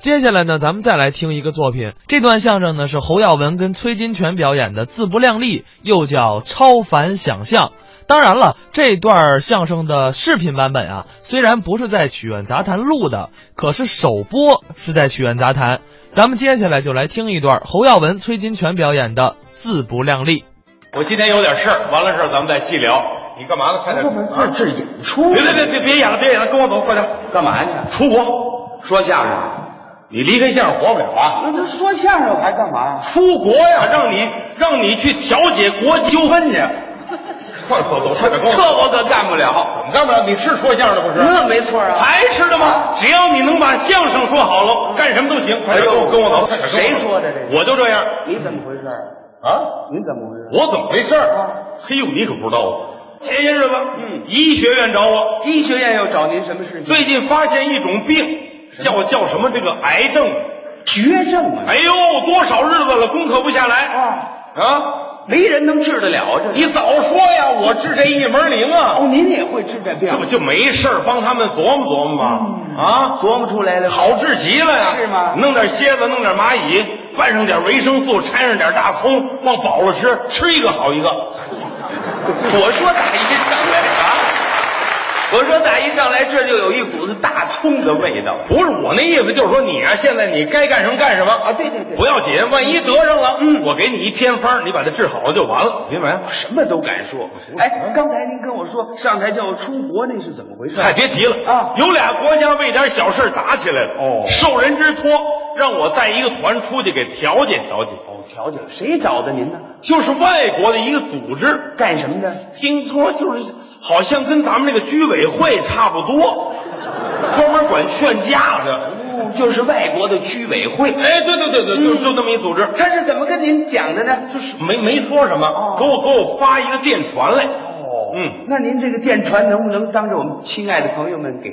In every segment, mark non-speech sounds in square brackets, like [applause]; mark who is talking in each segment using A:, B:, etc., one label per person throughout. A: 接下来呢，咱们再来听一个作品。这段相声呢是侯耀文跟崔金泉表演的《自不量力》，又叫《超凡想象》。当然了，这段相声的视频版本啊，虽然不是在曲苑杂谈录的，可是首播是在曲苑杂谈。咱们接下来就来听一段侯耀文、崔金泉表演的《自不量力》。
B: 我今天有点事儿，完了事儿咱们再细聊。你干嘛呢？快点！
C: 这是演出
B: 别别别别别演了，别演了，跟我走，快点！
C: 干嘛呀？
B: 出国
C: 说相声，
B: 啊你离开相声活不了啊！
C: 那就说相声还干嘛呀？
B: 出国呀，让你让你去调解国际纠纷去。快走走，快点跟我
C: 这
B: 走。
C: 我可干不了。
B: 怎么干不了？你是说相声的不是？
C: 那没错啊。
B: 还是的吗？只要你能把相声说好了，干什么都
C: 哎
B: 行。快点跟我跟我走，快点跟我走
C: 谁说的这个
B: 我就这样
C: 你怎么回事
B: 啊！
C: 啊？你怎么回事？
B: 我怎么回事儿
C: 啊？
B: 嘿呦，你可不知道啊！前些日子，嗯，医学院找我，
C: 医学院要找您什么事情？
B: 最近发现一种病，叫叫什么？这个癌症。
C: 绝症啊！
B: 哎呦，多少日子了，攻克不下来
C: 啊，
B: 啊！
C: 没人能治得了这
B: 你早说呀，我治这一门灵啊，
C: 哦，您也会治这病
B: 这？不就没事儿帮他们琢磨琢磨吗？啊，
C: 嗯琢磨出来了吗
B: 好治极了呀！
C: 是吗
B: 弄点蝎子，弄点蚂蚁，拌上点维生素，掺上点大葱，往饱了吃，吃一个好一个。
C: [laughs] 我说打一上来啊，我说打一上来这就有一股子大葱的味道。
B: 不是我那意思，就是说你啊，现在你该干什么干什么啊
C: 对对对
B: 不要紧，万一得上了，
C: 嗯
B: 我给你一偏方，你把它治好了就完了，明白？
C: 啊什么都敢说。哎，刚才您跟我说上台叫我出国，那是怎么回事？
B: 哎嗨，别提了
C: 啊
B: 有俩国家为点小事打起来了，
C: 哦
B: 受人之托，让我带一个团出去给调解调解，
C: 哦，调解了谁找的您呢？
B: 就是外国的一个组织，
C: 干什么的？
B: 听说就是好像跟咱们这个居委会差不多，专门管劝架的。
C: 哦，就是外国的居委会。
B: 哎，对对对对，就
C: 嗯
B: 就那么一组织，
C: 他是怎么跟您讲的呢？就是
B: 没没说什么
C: 哦，
B: 给我给我发一个电传来。
C: 哦
B: 嗯，
C: 那您这个电传能不能当着我们亲爱的朋友们给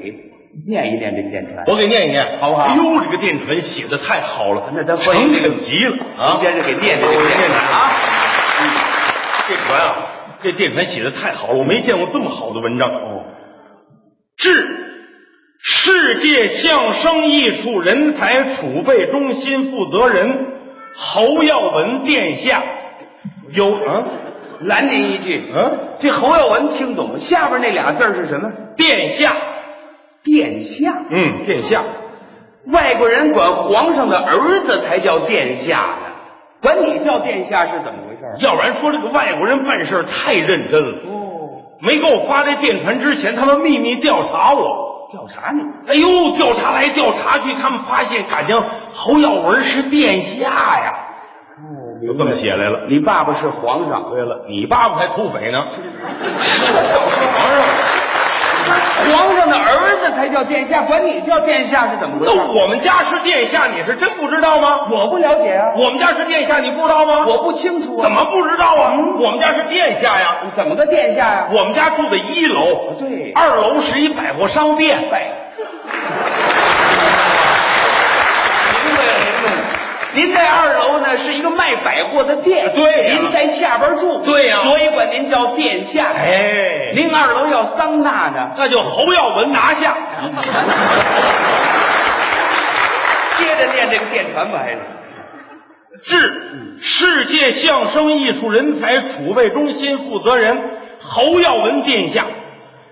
C: 念一念这个电传？
B: 我给念一念，
C: 好不好
B: 哎呦，这个电传写的太好了，
C: 那咱欢
B: 成
C: 迎这个
B: 品极了啊！
C: 您先是给念这
B: 我
C: 个
B: 给念
C: 电
B: 念
C: 传啊。
B: 这传啊，这电传写的太好了，我没见过这么好的文章。哦，致世界相声艺术人才储备中心负责人侯耀文殿下，有啊，
C: 拦您一句，
B: 嗯，
C: 这侯耀文听懂了，下边那俩字儿是什么？
B: 殿下，
C: 殿下。
B: 嗯，殿下，
C: 外国人管皇上的儿子才叫殿下呢，管你叫殿下是怎么回事儿？
B: 要不然说这个外国人办事儿太认真了。
C: 哦，
B: 没给我发这电传之前，他们秘密调查我。
C: 调查你
B: 哎呦，调查来调查去，他们发现，感情侯耀文是殿下呀，
C: 哦，
B: 就这么写来了。
C: 你爸爸是皇上，
B: 对了，你爸爸才土匪呢，皇上。
C: 皇上的儿子才叫殿下，管你叫殿下是怎么回事
B: [laughs]
C: 儿？
B: 那我们家是殿下，你是真不知道吗？
C: 我不了解啊，
B: 我们家是殿下，你不知道吗？
C: 我不清楚啊，嗯
B: 怎么不知道啊？我们家是殿下呀，
C: 怎么个殿下呀、
B: 我们家住在一楼，
C: 啊对
B: 二楼是一百货商店。
C: 拜。明白了，明白了。您在二楼呢，是一个卖百货的店。
B: 对呀
C: 您在下边住。
B: 对呀
C: 所以管您叫殿下。
B: 哎，
C: 您二楼要桑拿呢，
B: 那就侯耀文拿
C: [laughs]
B: 下。
C: 接着念这个电传吧，还是？
B: 致世界相声艺术人才储备中心负责人侯耀文殿下，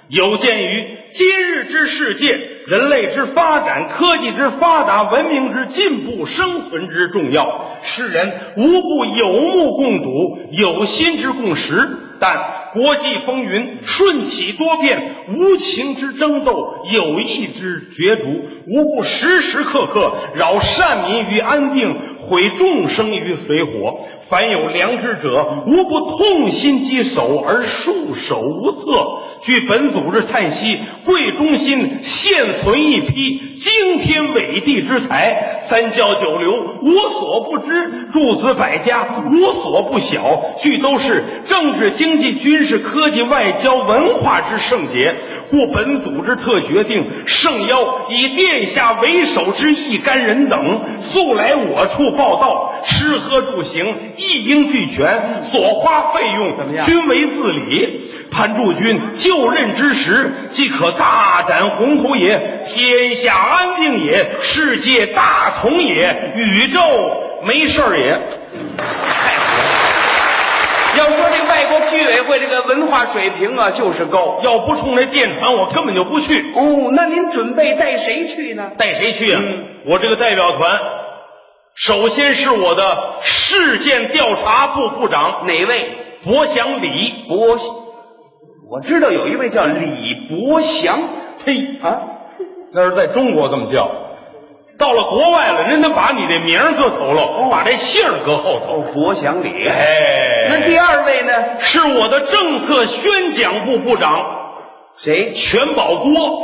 B: 有鉴于今日之世界，人类之发展、科技之发达、文明之进步、生存之重要，世人无不有目共睹，有心之共识。但国际风云瞬起多变，无情之争斗，有意之角逐，无不时时刻刻扰善民于安定，毁众生于水火。凡有良知者，无不痛心疾首而束手无策。据本组织叹息，贵中心现存一批惊天伟地之才，三教九流无所不知，诸子百家无所不晓，俱都是政治、经济、军事、科技、外交、文化之圣洁。故本组织特决定盛邀以殿下为首之一干人等，速来我处报道，吃喝住行一应俱全，所花费用
C: 怎么样
B: 均为自理。潘驻军就任之时，即可大展宏图也，天下安定也，世界大同也，宇宙没事儿也。
C: 要说这外国居委会这个文化水平啊，就是高。
B: 要不冲那殿堂，我根本就不去。
C: 哦，那您准备带谁去呢？
B: 带谁去啊？
C: 嗯
B: 我这个代表团，首先是我的事件调查部部长
C: 哪位？
B: 博祥礼，
C: 博，我知道有一位叫李博祥
B: 呸，
C: 啊，
B: 那是在中国这么叫。到了国外了，人家把你这名儿搁头了，把这姓儿搁后头。
C: 哦，博祥李。
B: 哎，
C: 那第二位呢？
B: 是我的政策宣讲部部长
C: 谁？
B: 全保国，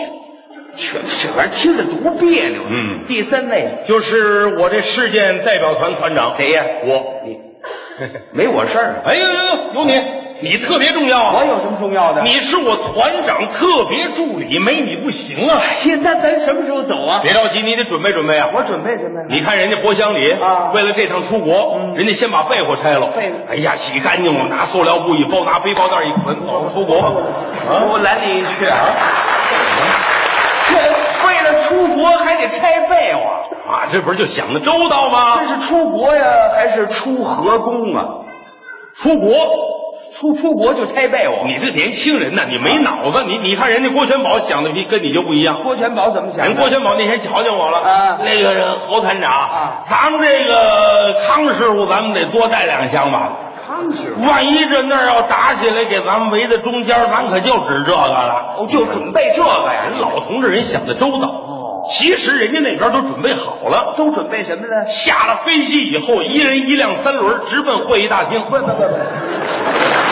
C: 全这玩意儿听着多别扭。啊
B: 嗯
C: 第三位
B: 就是我这事件代表团团长。
C: 谁呀？
B: 我。
C: 你没我事儿。
B: 哎呦呦呦，有你，你特别重要啊！
C: 我有什么重要的？
B: 你是我团长特别助理，没你不行啊！
C: 你那咱什么时候走啊？
B: 别着急，你得准备准备啊！
C: 我准备什么呀？
B: 你看人家博乡里
C: 啊
B: 为了这趟出国，
C: 嗯
B: 人家先把被窝拆了，
C: 被窝
B: 哎呀，洗干净了，拿塑料布一包，拿背包袋一捆，走了出国。
C: 啊，我拦你一句啊！这为了出国还得拆被窝，
B: 啊，这不是就想的周到
C: 这
B: 吗？
C: 是出国呀，还是出河工啊？
B: 出国，
C: 出出国就拆被窝？
B: 你这年轻人呐，你没脑子，你你看人家郭全宝想的比跟你就不一样。
C: 郭全宝怎么想的？
B: 人郭全宝那天瞧见我了，
C: 啊
B: 那个侯团长，
C: 啊
B: 咱们这个康师傅，咱们得多带两箱吧。
C: 康师傅
B: 万一这那儿要打起来，给咱们围在中间，咱可就指这个了。
C: 哦，就准备这个呀？
B: 人老同志人想的周到，
C: 哦，
B: 其实人家那边都准备好了。
C: 都准备什么呢？
B: 下了飞机以后，一人一辆三轮，直奔会议大厅。
C: 不不不不。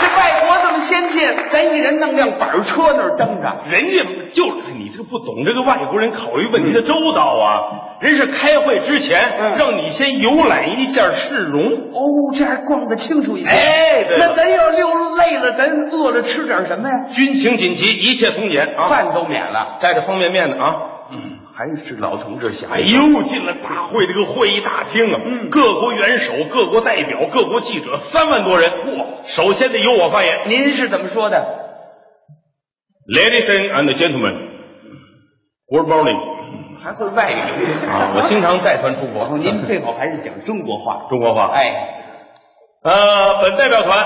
C: 这外国这么先进，咱一人弄辆板车那儿蹬着。
B: 人家就你这个不懂这个外国人考虑问题的周到啊！人是开会之前
C: 嗯
B: 让你先游览一下市容，
C: 哦，这样逛得清楚一些。
B: 哎对了
C: 那咱要溜累了，咱饿了吃点什么呀？
B: 军情紧急，一切从简啊！
C: 饭都免了，
B: 带着方便面的啊！
C: 还是老同志想
B: 哎呦，进了大会这个会议大厅啊，
C: 嗯
B: 各国元首、各国代表、各国记者三万多人，哇！首先得由我发言
C: 您是怎么说的？
B: ，Ladies and gentlemen，Good morning
C: 还会外语
B: 嗯啊！我
C: [laughs]
B: 经常带团出国，
C: 哦您最好还是讲中国话。
B: [laughs] 中国话。
C: 哎，嗯
B: 呃，本代表团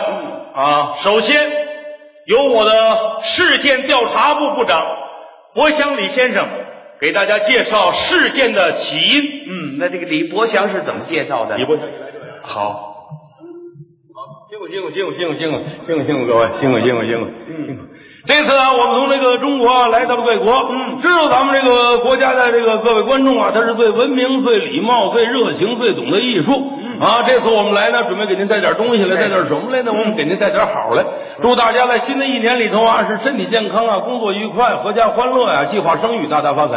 B: 啊，首先由我的事件调查部部长博祥礼先生给大家介绍事件的起因。
C: 嗯，那这个李伯祥是怎么介绍的？
B: 李博祥，好。辛苦辛苦辛苦辛苦辛苦辛苦辛苦各位辛苦辛苦辛苦辛苦！这次啊，我们从这个中国啊来到了贵国，嗯，知道咱们这个国家的这个各位观众啊，他是最文明、最礼貌、最热情、最懂得艺术、啊。这次我们来呢，准备给您带点东西来，带点什么来呢？我们给您带点好来，祝大家在新的一年里头啊，是身体健康啊，工作愉快，阖家欢乐呀、计划生育，大大发财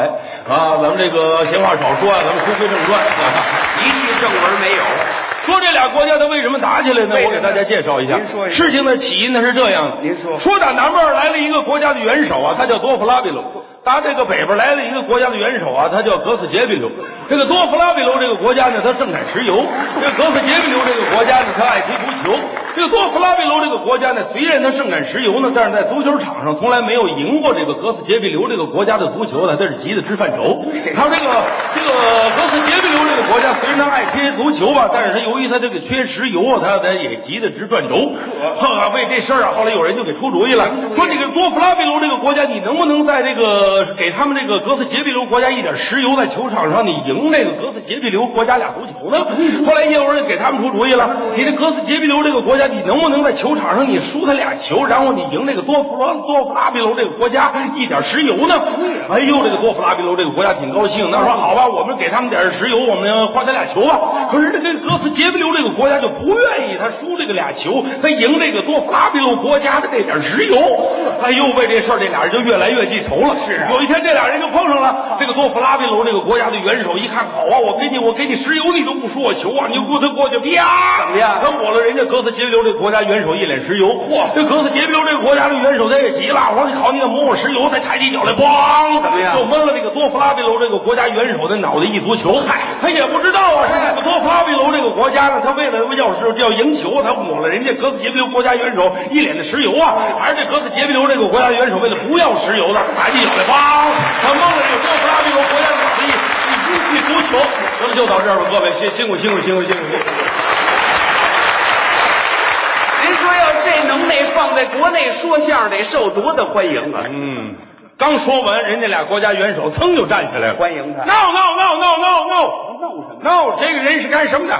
B: 啊！咱们这个闲话少说啊，咱们书归正传啊。
C: 一句正文没有。
B: 说这俩国家它为什么打起来呢
C: 为？什
B: 我
C: 么
B: 给大家介绍一下。
C: 您说一下
B: 事情的起因呢是这样的。
C: 您说
B: 说打南边来了一个国家的元首啊，他叫多弗拉比鲁；打这个北边来了一个国家的元首啊，他叫格斯杰比鲁。这个多弗拉比鲁这个国家呢，它盛产石油；这个格斯杰比鲁这个国家呢，它爱踢足球。这个多弗拉比鲁这个国家呢，虽然它盛产石油呢，但是在足球场上从来没有赢过这个格斯杰比留这个国家的足球呢，它是急得直犯愁。他这个这个格斯杰比留这个国家，虽然他爱踢足球吧，但是他由于他这个缺石油啊，他他也急得直转轴。哈哈，为这事儿啊，后来有人就给出主意了，说这个多弗拉比留这个国家，你能不能在这个呃给他们这个格斯杰比留国家一点石油，在球场上你赢这个格斯杰比留国家俩足球呢？后来也有人给他们出主意了，你这格斯杰比留这个国家，你能不能在球场上你输他俩球，然后你赢这个多弗拉多弗拉比楼这个国家一点石油呢？哎呦，这个多弗拉比楼这个国家挺高兴，那
C: 哦
B: 说好吧，我们给他们点石油，我们花他俩球吧。可是这个格斯杰比留这个国家就不愿意，他输这个俩球，他赢这个多弗拉比楼国家的这点石油。
C: 哦
B: 哎呦，为这事儿，这俩人就越来越记仇了。
C: 啊
B: 是，有一天这俩人就碰上
C: 哦
B: 了。这个多弗拉比楼这个国家的元首一看，好啊，我给你，我给你石油，你都不输我球啊，你就给我他过去，啪，
C: 怎么样
B: 他抹了人家格斯杰比留这个国家元首一脸石油，嚯！这格斯杰比留这个国家的元首他也急了，我说你好，你敢抹我石油，再抬起脚来，咣，
C: 怎么样
B: 就闷了这个多弗拉比留这个国家元首的脑袋一足球，嗨，他也不知道啊。是古托帕维楼这个国家呢，他为了要是要赢球，啊他抹了人家格子杰比留国家元首一脸的石油啊，而这格子杰比留这个国家元首为了不要石油呢，打地腿吧，他蒙了这古托帕维楼国家主席一一一足球。行了，就到这儿吧，各位，辛辛苦辛苦辛苦辛苦。辛苦
C: 您说要这能耐放在国内说相声得受多大欢迎啊！
B: 嗯，刚说完，人家俩国家元首噌就站起来了，
C: 欢迎他
B: 闹闹闹闹闹闹闹，这个人是干什么的？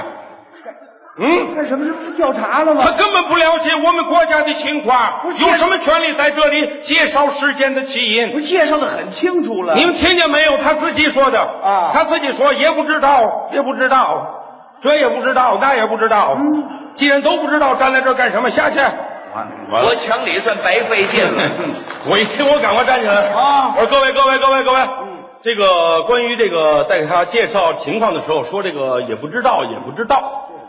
B: 嗯，
D: 干什么？这不是调查了
B: 他
D: 吗？
B: 根本不了解我们国家的情况，
D: 不是
B: 有什么权利在这里介绍事件的起因？
C: 不介绍的很清楚了，
B: 你们听见没有？他自己说的
D: 啊
B: 他自己说也不知道，也不知道，这也不知道，那也不知道。
D: 嗯，
B: 既然都不知道，站在这儿干什么？下去！完了
C: 我抢理算白费劲了。
B: [coughs] 我一听，我赶快站起来
D: 啊
B: 我说各位各位各位各位，这个关于这个在给他介绍情况的时候说这个也不知道也不知道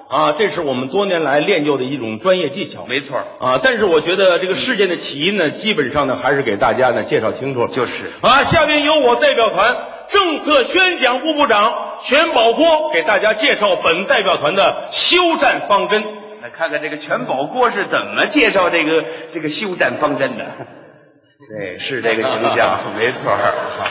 B: 啊，这是我们多年来练就的一种专业技巧。
C: [laughs] 没错儿，
B: 啊，但是我觉得这个事件的起因呢，基本上呢还是给大家呢介绍清楚了。
C: 就是
B: 啊，下面由我代表团政策宣讲部部长全宝波给大家介绍本代表团的休战方针。
C: 那看看这个全宝锅是怎么介绍这个这个休战方针的。 [laughs] 对，是这个形象， [laughs] 没错儿。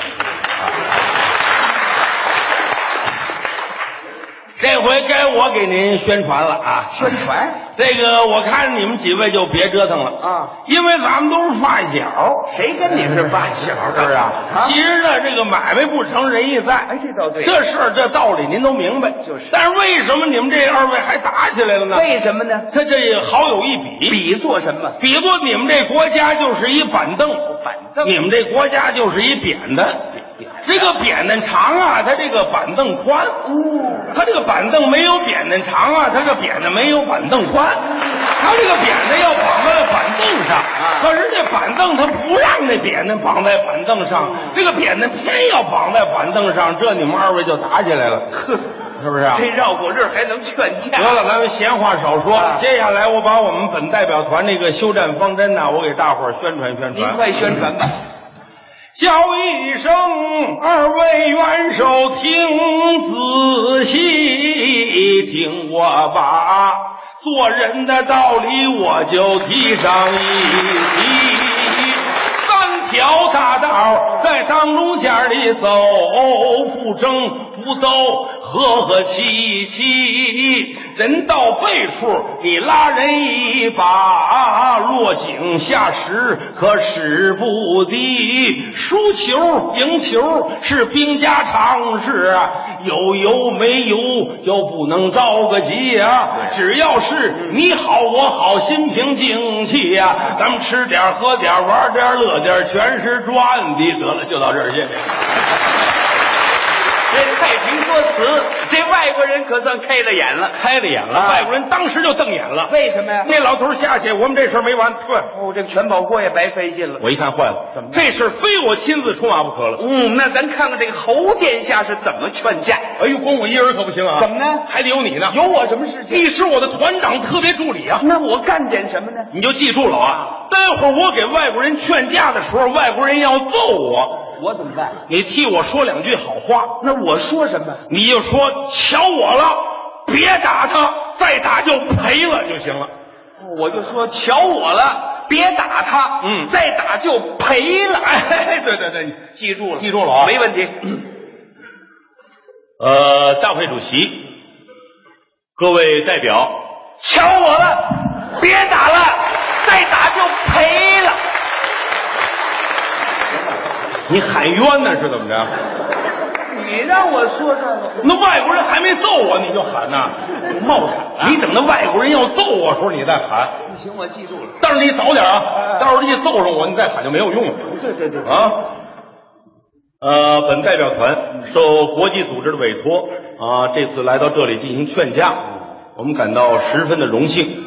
B: 这回该我给您宣传了啊！
C: 宣传
B: 这个我看你们几位就别折腾了
D: 啊，
B: 因为咱们都是发小，
C: 谁跟你是发小
B: 是不是啊？
C: 啊
B: 其，实呢，这个买卖不成仁义在，
C: 哎，这倒对。
B: 这事儿这道理您都明白，
C: 就是
B: 但是为什么你们这二位还打起来了呢？
C: 为什么呢？
B: 他这也好有一比，
C: 比作什么？
B: 比作你们这国家就是一板凳，
C: 板凳
B: 你们这国家就是一扁担。这个扁担长啊，它这个板凳宽。哦，它这个板凳没有扁担长啊，它这扁担没有板凳宽。它这个扁担要绑在板凳上，
C: 啊
B: 可是这板凳它不让那扁担绑在板凳上，
C: 哦
B: 这个扁担偏要绑在板凳上，这你们二位就打起来了，呵，是不是啊？
C: 这绕口令还能劝架？
B: 得了，咱们闲话少说。
C: 啊
B: 接下来我把我们本代表团这个休战方针呢，我给大伙儿宣传宣
C: 您
B: 传。
C: 快宣传吧。
B: 叫一声二位元首，听仔细，听我把做人的道理我就提上一提。三条大道在当中间里走，不争不斗，和和气气。人到背处，你拉人一把，落井下石可使不得。输球赢球是兵家常事啊，有油没油又不能着个急啊。只要是你好我好，心平静气呀、咱们吃点儿喝点儿玩点儿乐点儿，全是赚的。得了，就到这儿，谢谢。
C: 这太平歌词，这外国人可算开了眼了。
B: 开了眼了，外国人当时就瞪眼了。
C: 为什么呀？
B: [laughs] 那老头儿下去，我们这事儿没完。对，
C: 哦，这个全宝锅也白费劲了。
B: 我一看坏了，
C: 怎么着
B: 这事儿非我亲自出马不可了。
C: 嗯，那咱看看这个侯殿下是怎么劝架。
B: 哎呦，光我一人可不行啊！
C: 怎么呢
B: 还得有你呢。
C: 有我什么事情？
B: 你是我的团长特别助理啊！
C: 那我干点什么呢？
B: 你就记住了啊，待会儿我给外国人劝架的时候，外国人要揍我，
C: 我怎么办？
B: 你替我说两句好话，
C: 那我说什么？
B: 你就说瞧我了，别打他，再打就赔了就行了。
C: 我就说瞧我了，别打他，
B: 嗯
C: 再打就赔了。 [laughs] 哎，对对对，记住了，
B: 记住了啊
C: 没问题。
B: 呃，大会主席，各位代表，
C: 瞧我了，别打了，再打就赔了。
B: 你喊冤呢是怎么着？
C: 你让我说这个，
B: 那外国人还没揍我，你就喊呐，冒产啊！你等到外国人要揍我时候，你再喊。
C: 不行，我记住了。
B: 但是你早点啊，到时候一揍上我，你再喊就没有用了。
C: 对对对，
B: 啊，呃，本代表团受国际组织的委托啊，这次来到这里进行劝架，我们感到十分的荣幸。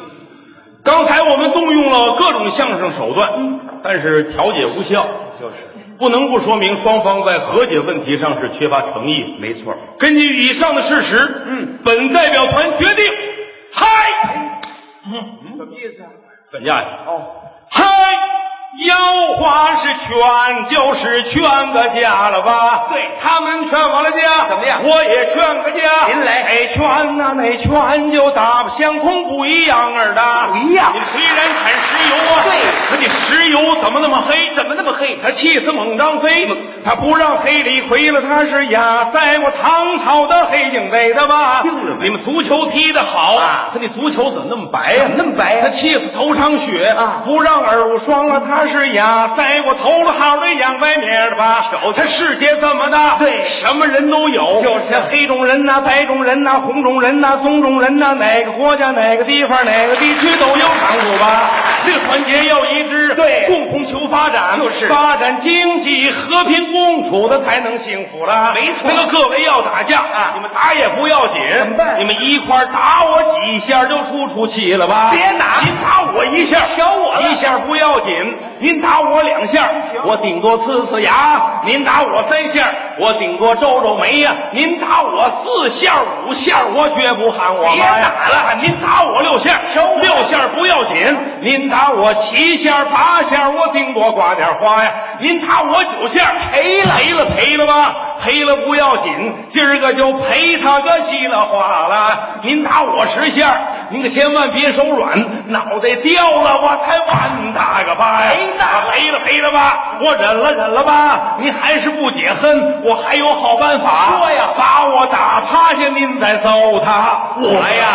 B: 刚才我们动用了各种相声手段，但是调解无效，
C: 就是
B: 不能不说明双方在和解问题上是缺乏诚意。
C: 没错。
B: 根据以上的事实，嗯，本代表团决定，嗨，
C: 什么意思啊？
B: [laughs] 怎么样呀？
C: 哦，
B: 嗨，腰花是劝，就是劝个家了吧？
C: 对
B: 他们劝完了家，
C: 怎么样
B: 我也劝个家。
C: 您来
B: 哪劝呐、哪劝就打相空不一样儿的，
C: 不一样
B: 你虽然产石油啊，可
C: 对
B: 你石油怎么那么黑？
C: 怎么那么黑？
B: 他气死猛张飞，他不让黑李逵了，他是压在我唐朝的黑警卫的吧？
C: 听着没
B: 你们足球踢得好
C: 啊
B: 他那足球怎么那么白呀、
C: 怎么那么白呀
B: 他气死头场雪
C: 啊
B: 不让耳无双了，他是压在我头了号的杨白面的吧？
C: 瞧瞧
B: 他世界这么大，
C: 对
B: 什么人都有，
C: 就是啊
B: 黑种人呐、白种人呐、红种人呐、棕种人呐、哪个国家、哪个地方、哪个地区都有长处吧？这团结要一致，
C: 对
B: 共同求发展，
C: 就是
B: 发展经济，和平共处的才能幸福了。
C: 没错
B: 那个各位要打架
C: 啊
B: 你们打也不要紧，
C: 怎么办
B: 你们一块儿打我几下就出出气了吧？
C: 别打
B: 您打我一下，
C: 瞧我了
B: 一下不要紧，您打我两下，我顶多呲呲牙；您打我三下，我顶多皱皱眉呀；您打我四下五下，我绝不喊我妈呀。
C: 别打了
B: 您打我六下，六下不要紧，您打我七下八下，我顶多刮点花呀。您打我九下，赔了赔了赔了吧，赔了不要紧，今儿个就赔他个稀了哗啦。您打我十下，您可千万别手软，脑袋掉了我才万打个巴呀。
C: 赔呐
B: 赔了赔了吧，我忍了忍了吧，您还是不解恨，我还有好办法。
C: 说呀
B: 把我打趴下，您再揍他。我呀。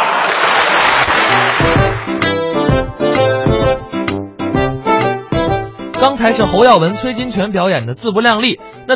A: 刚才是侯耀文、崔金泉表演的《自不量力》，那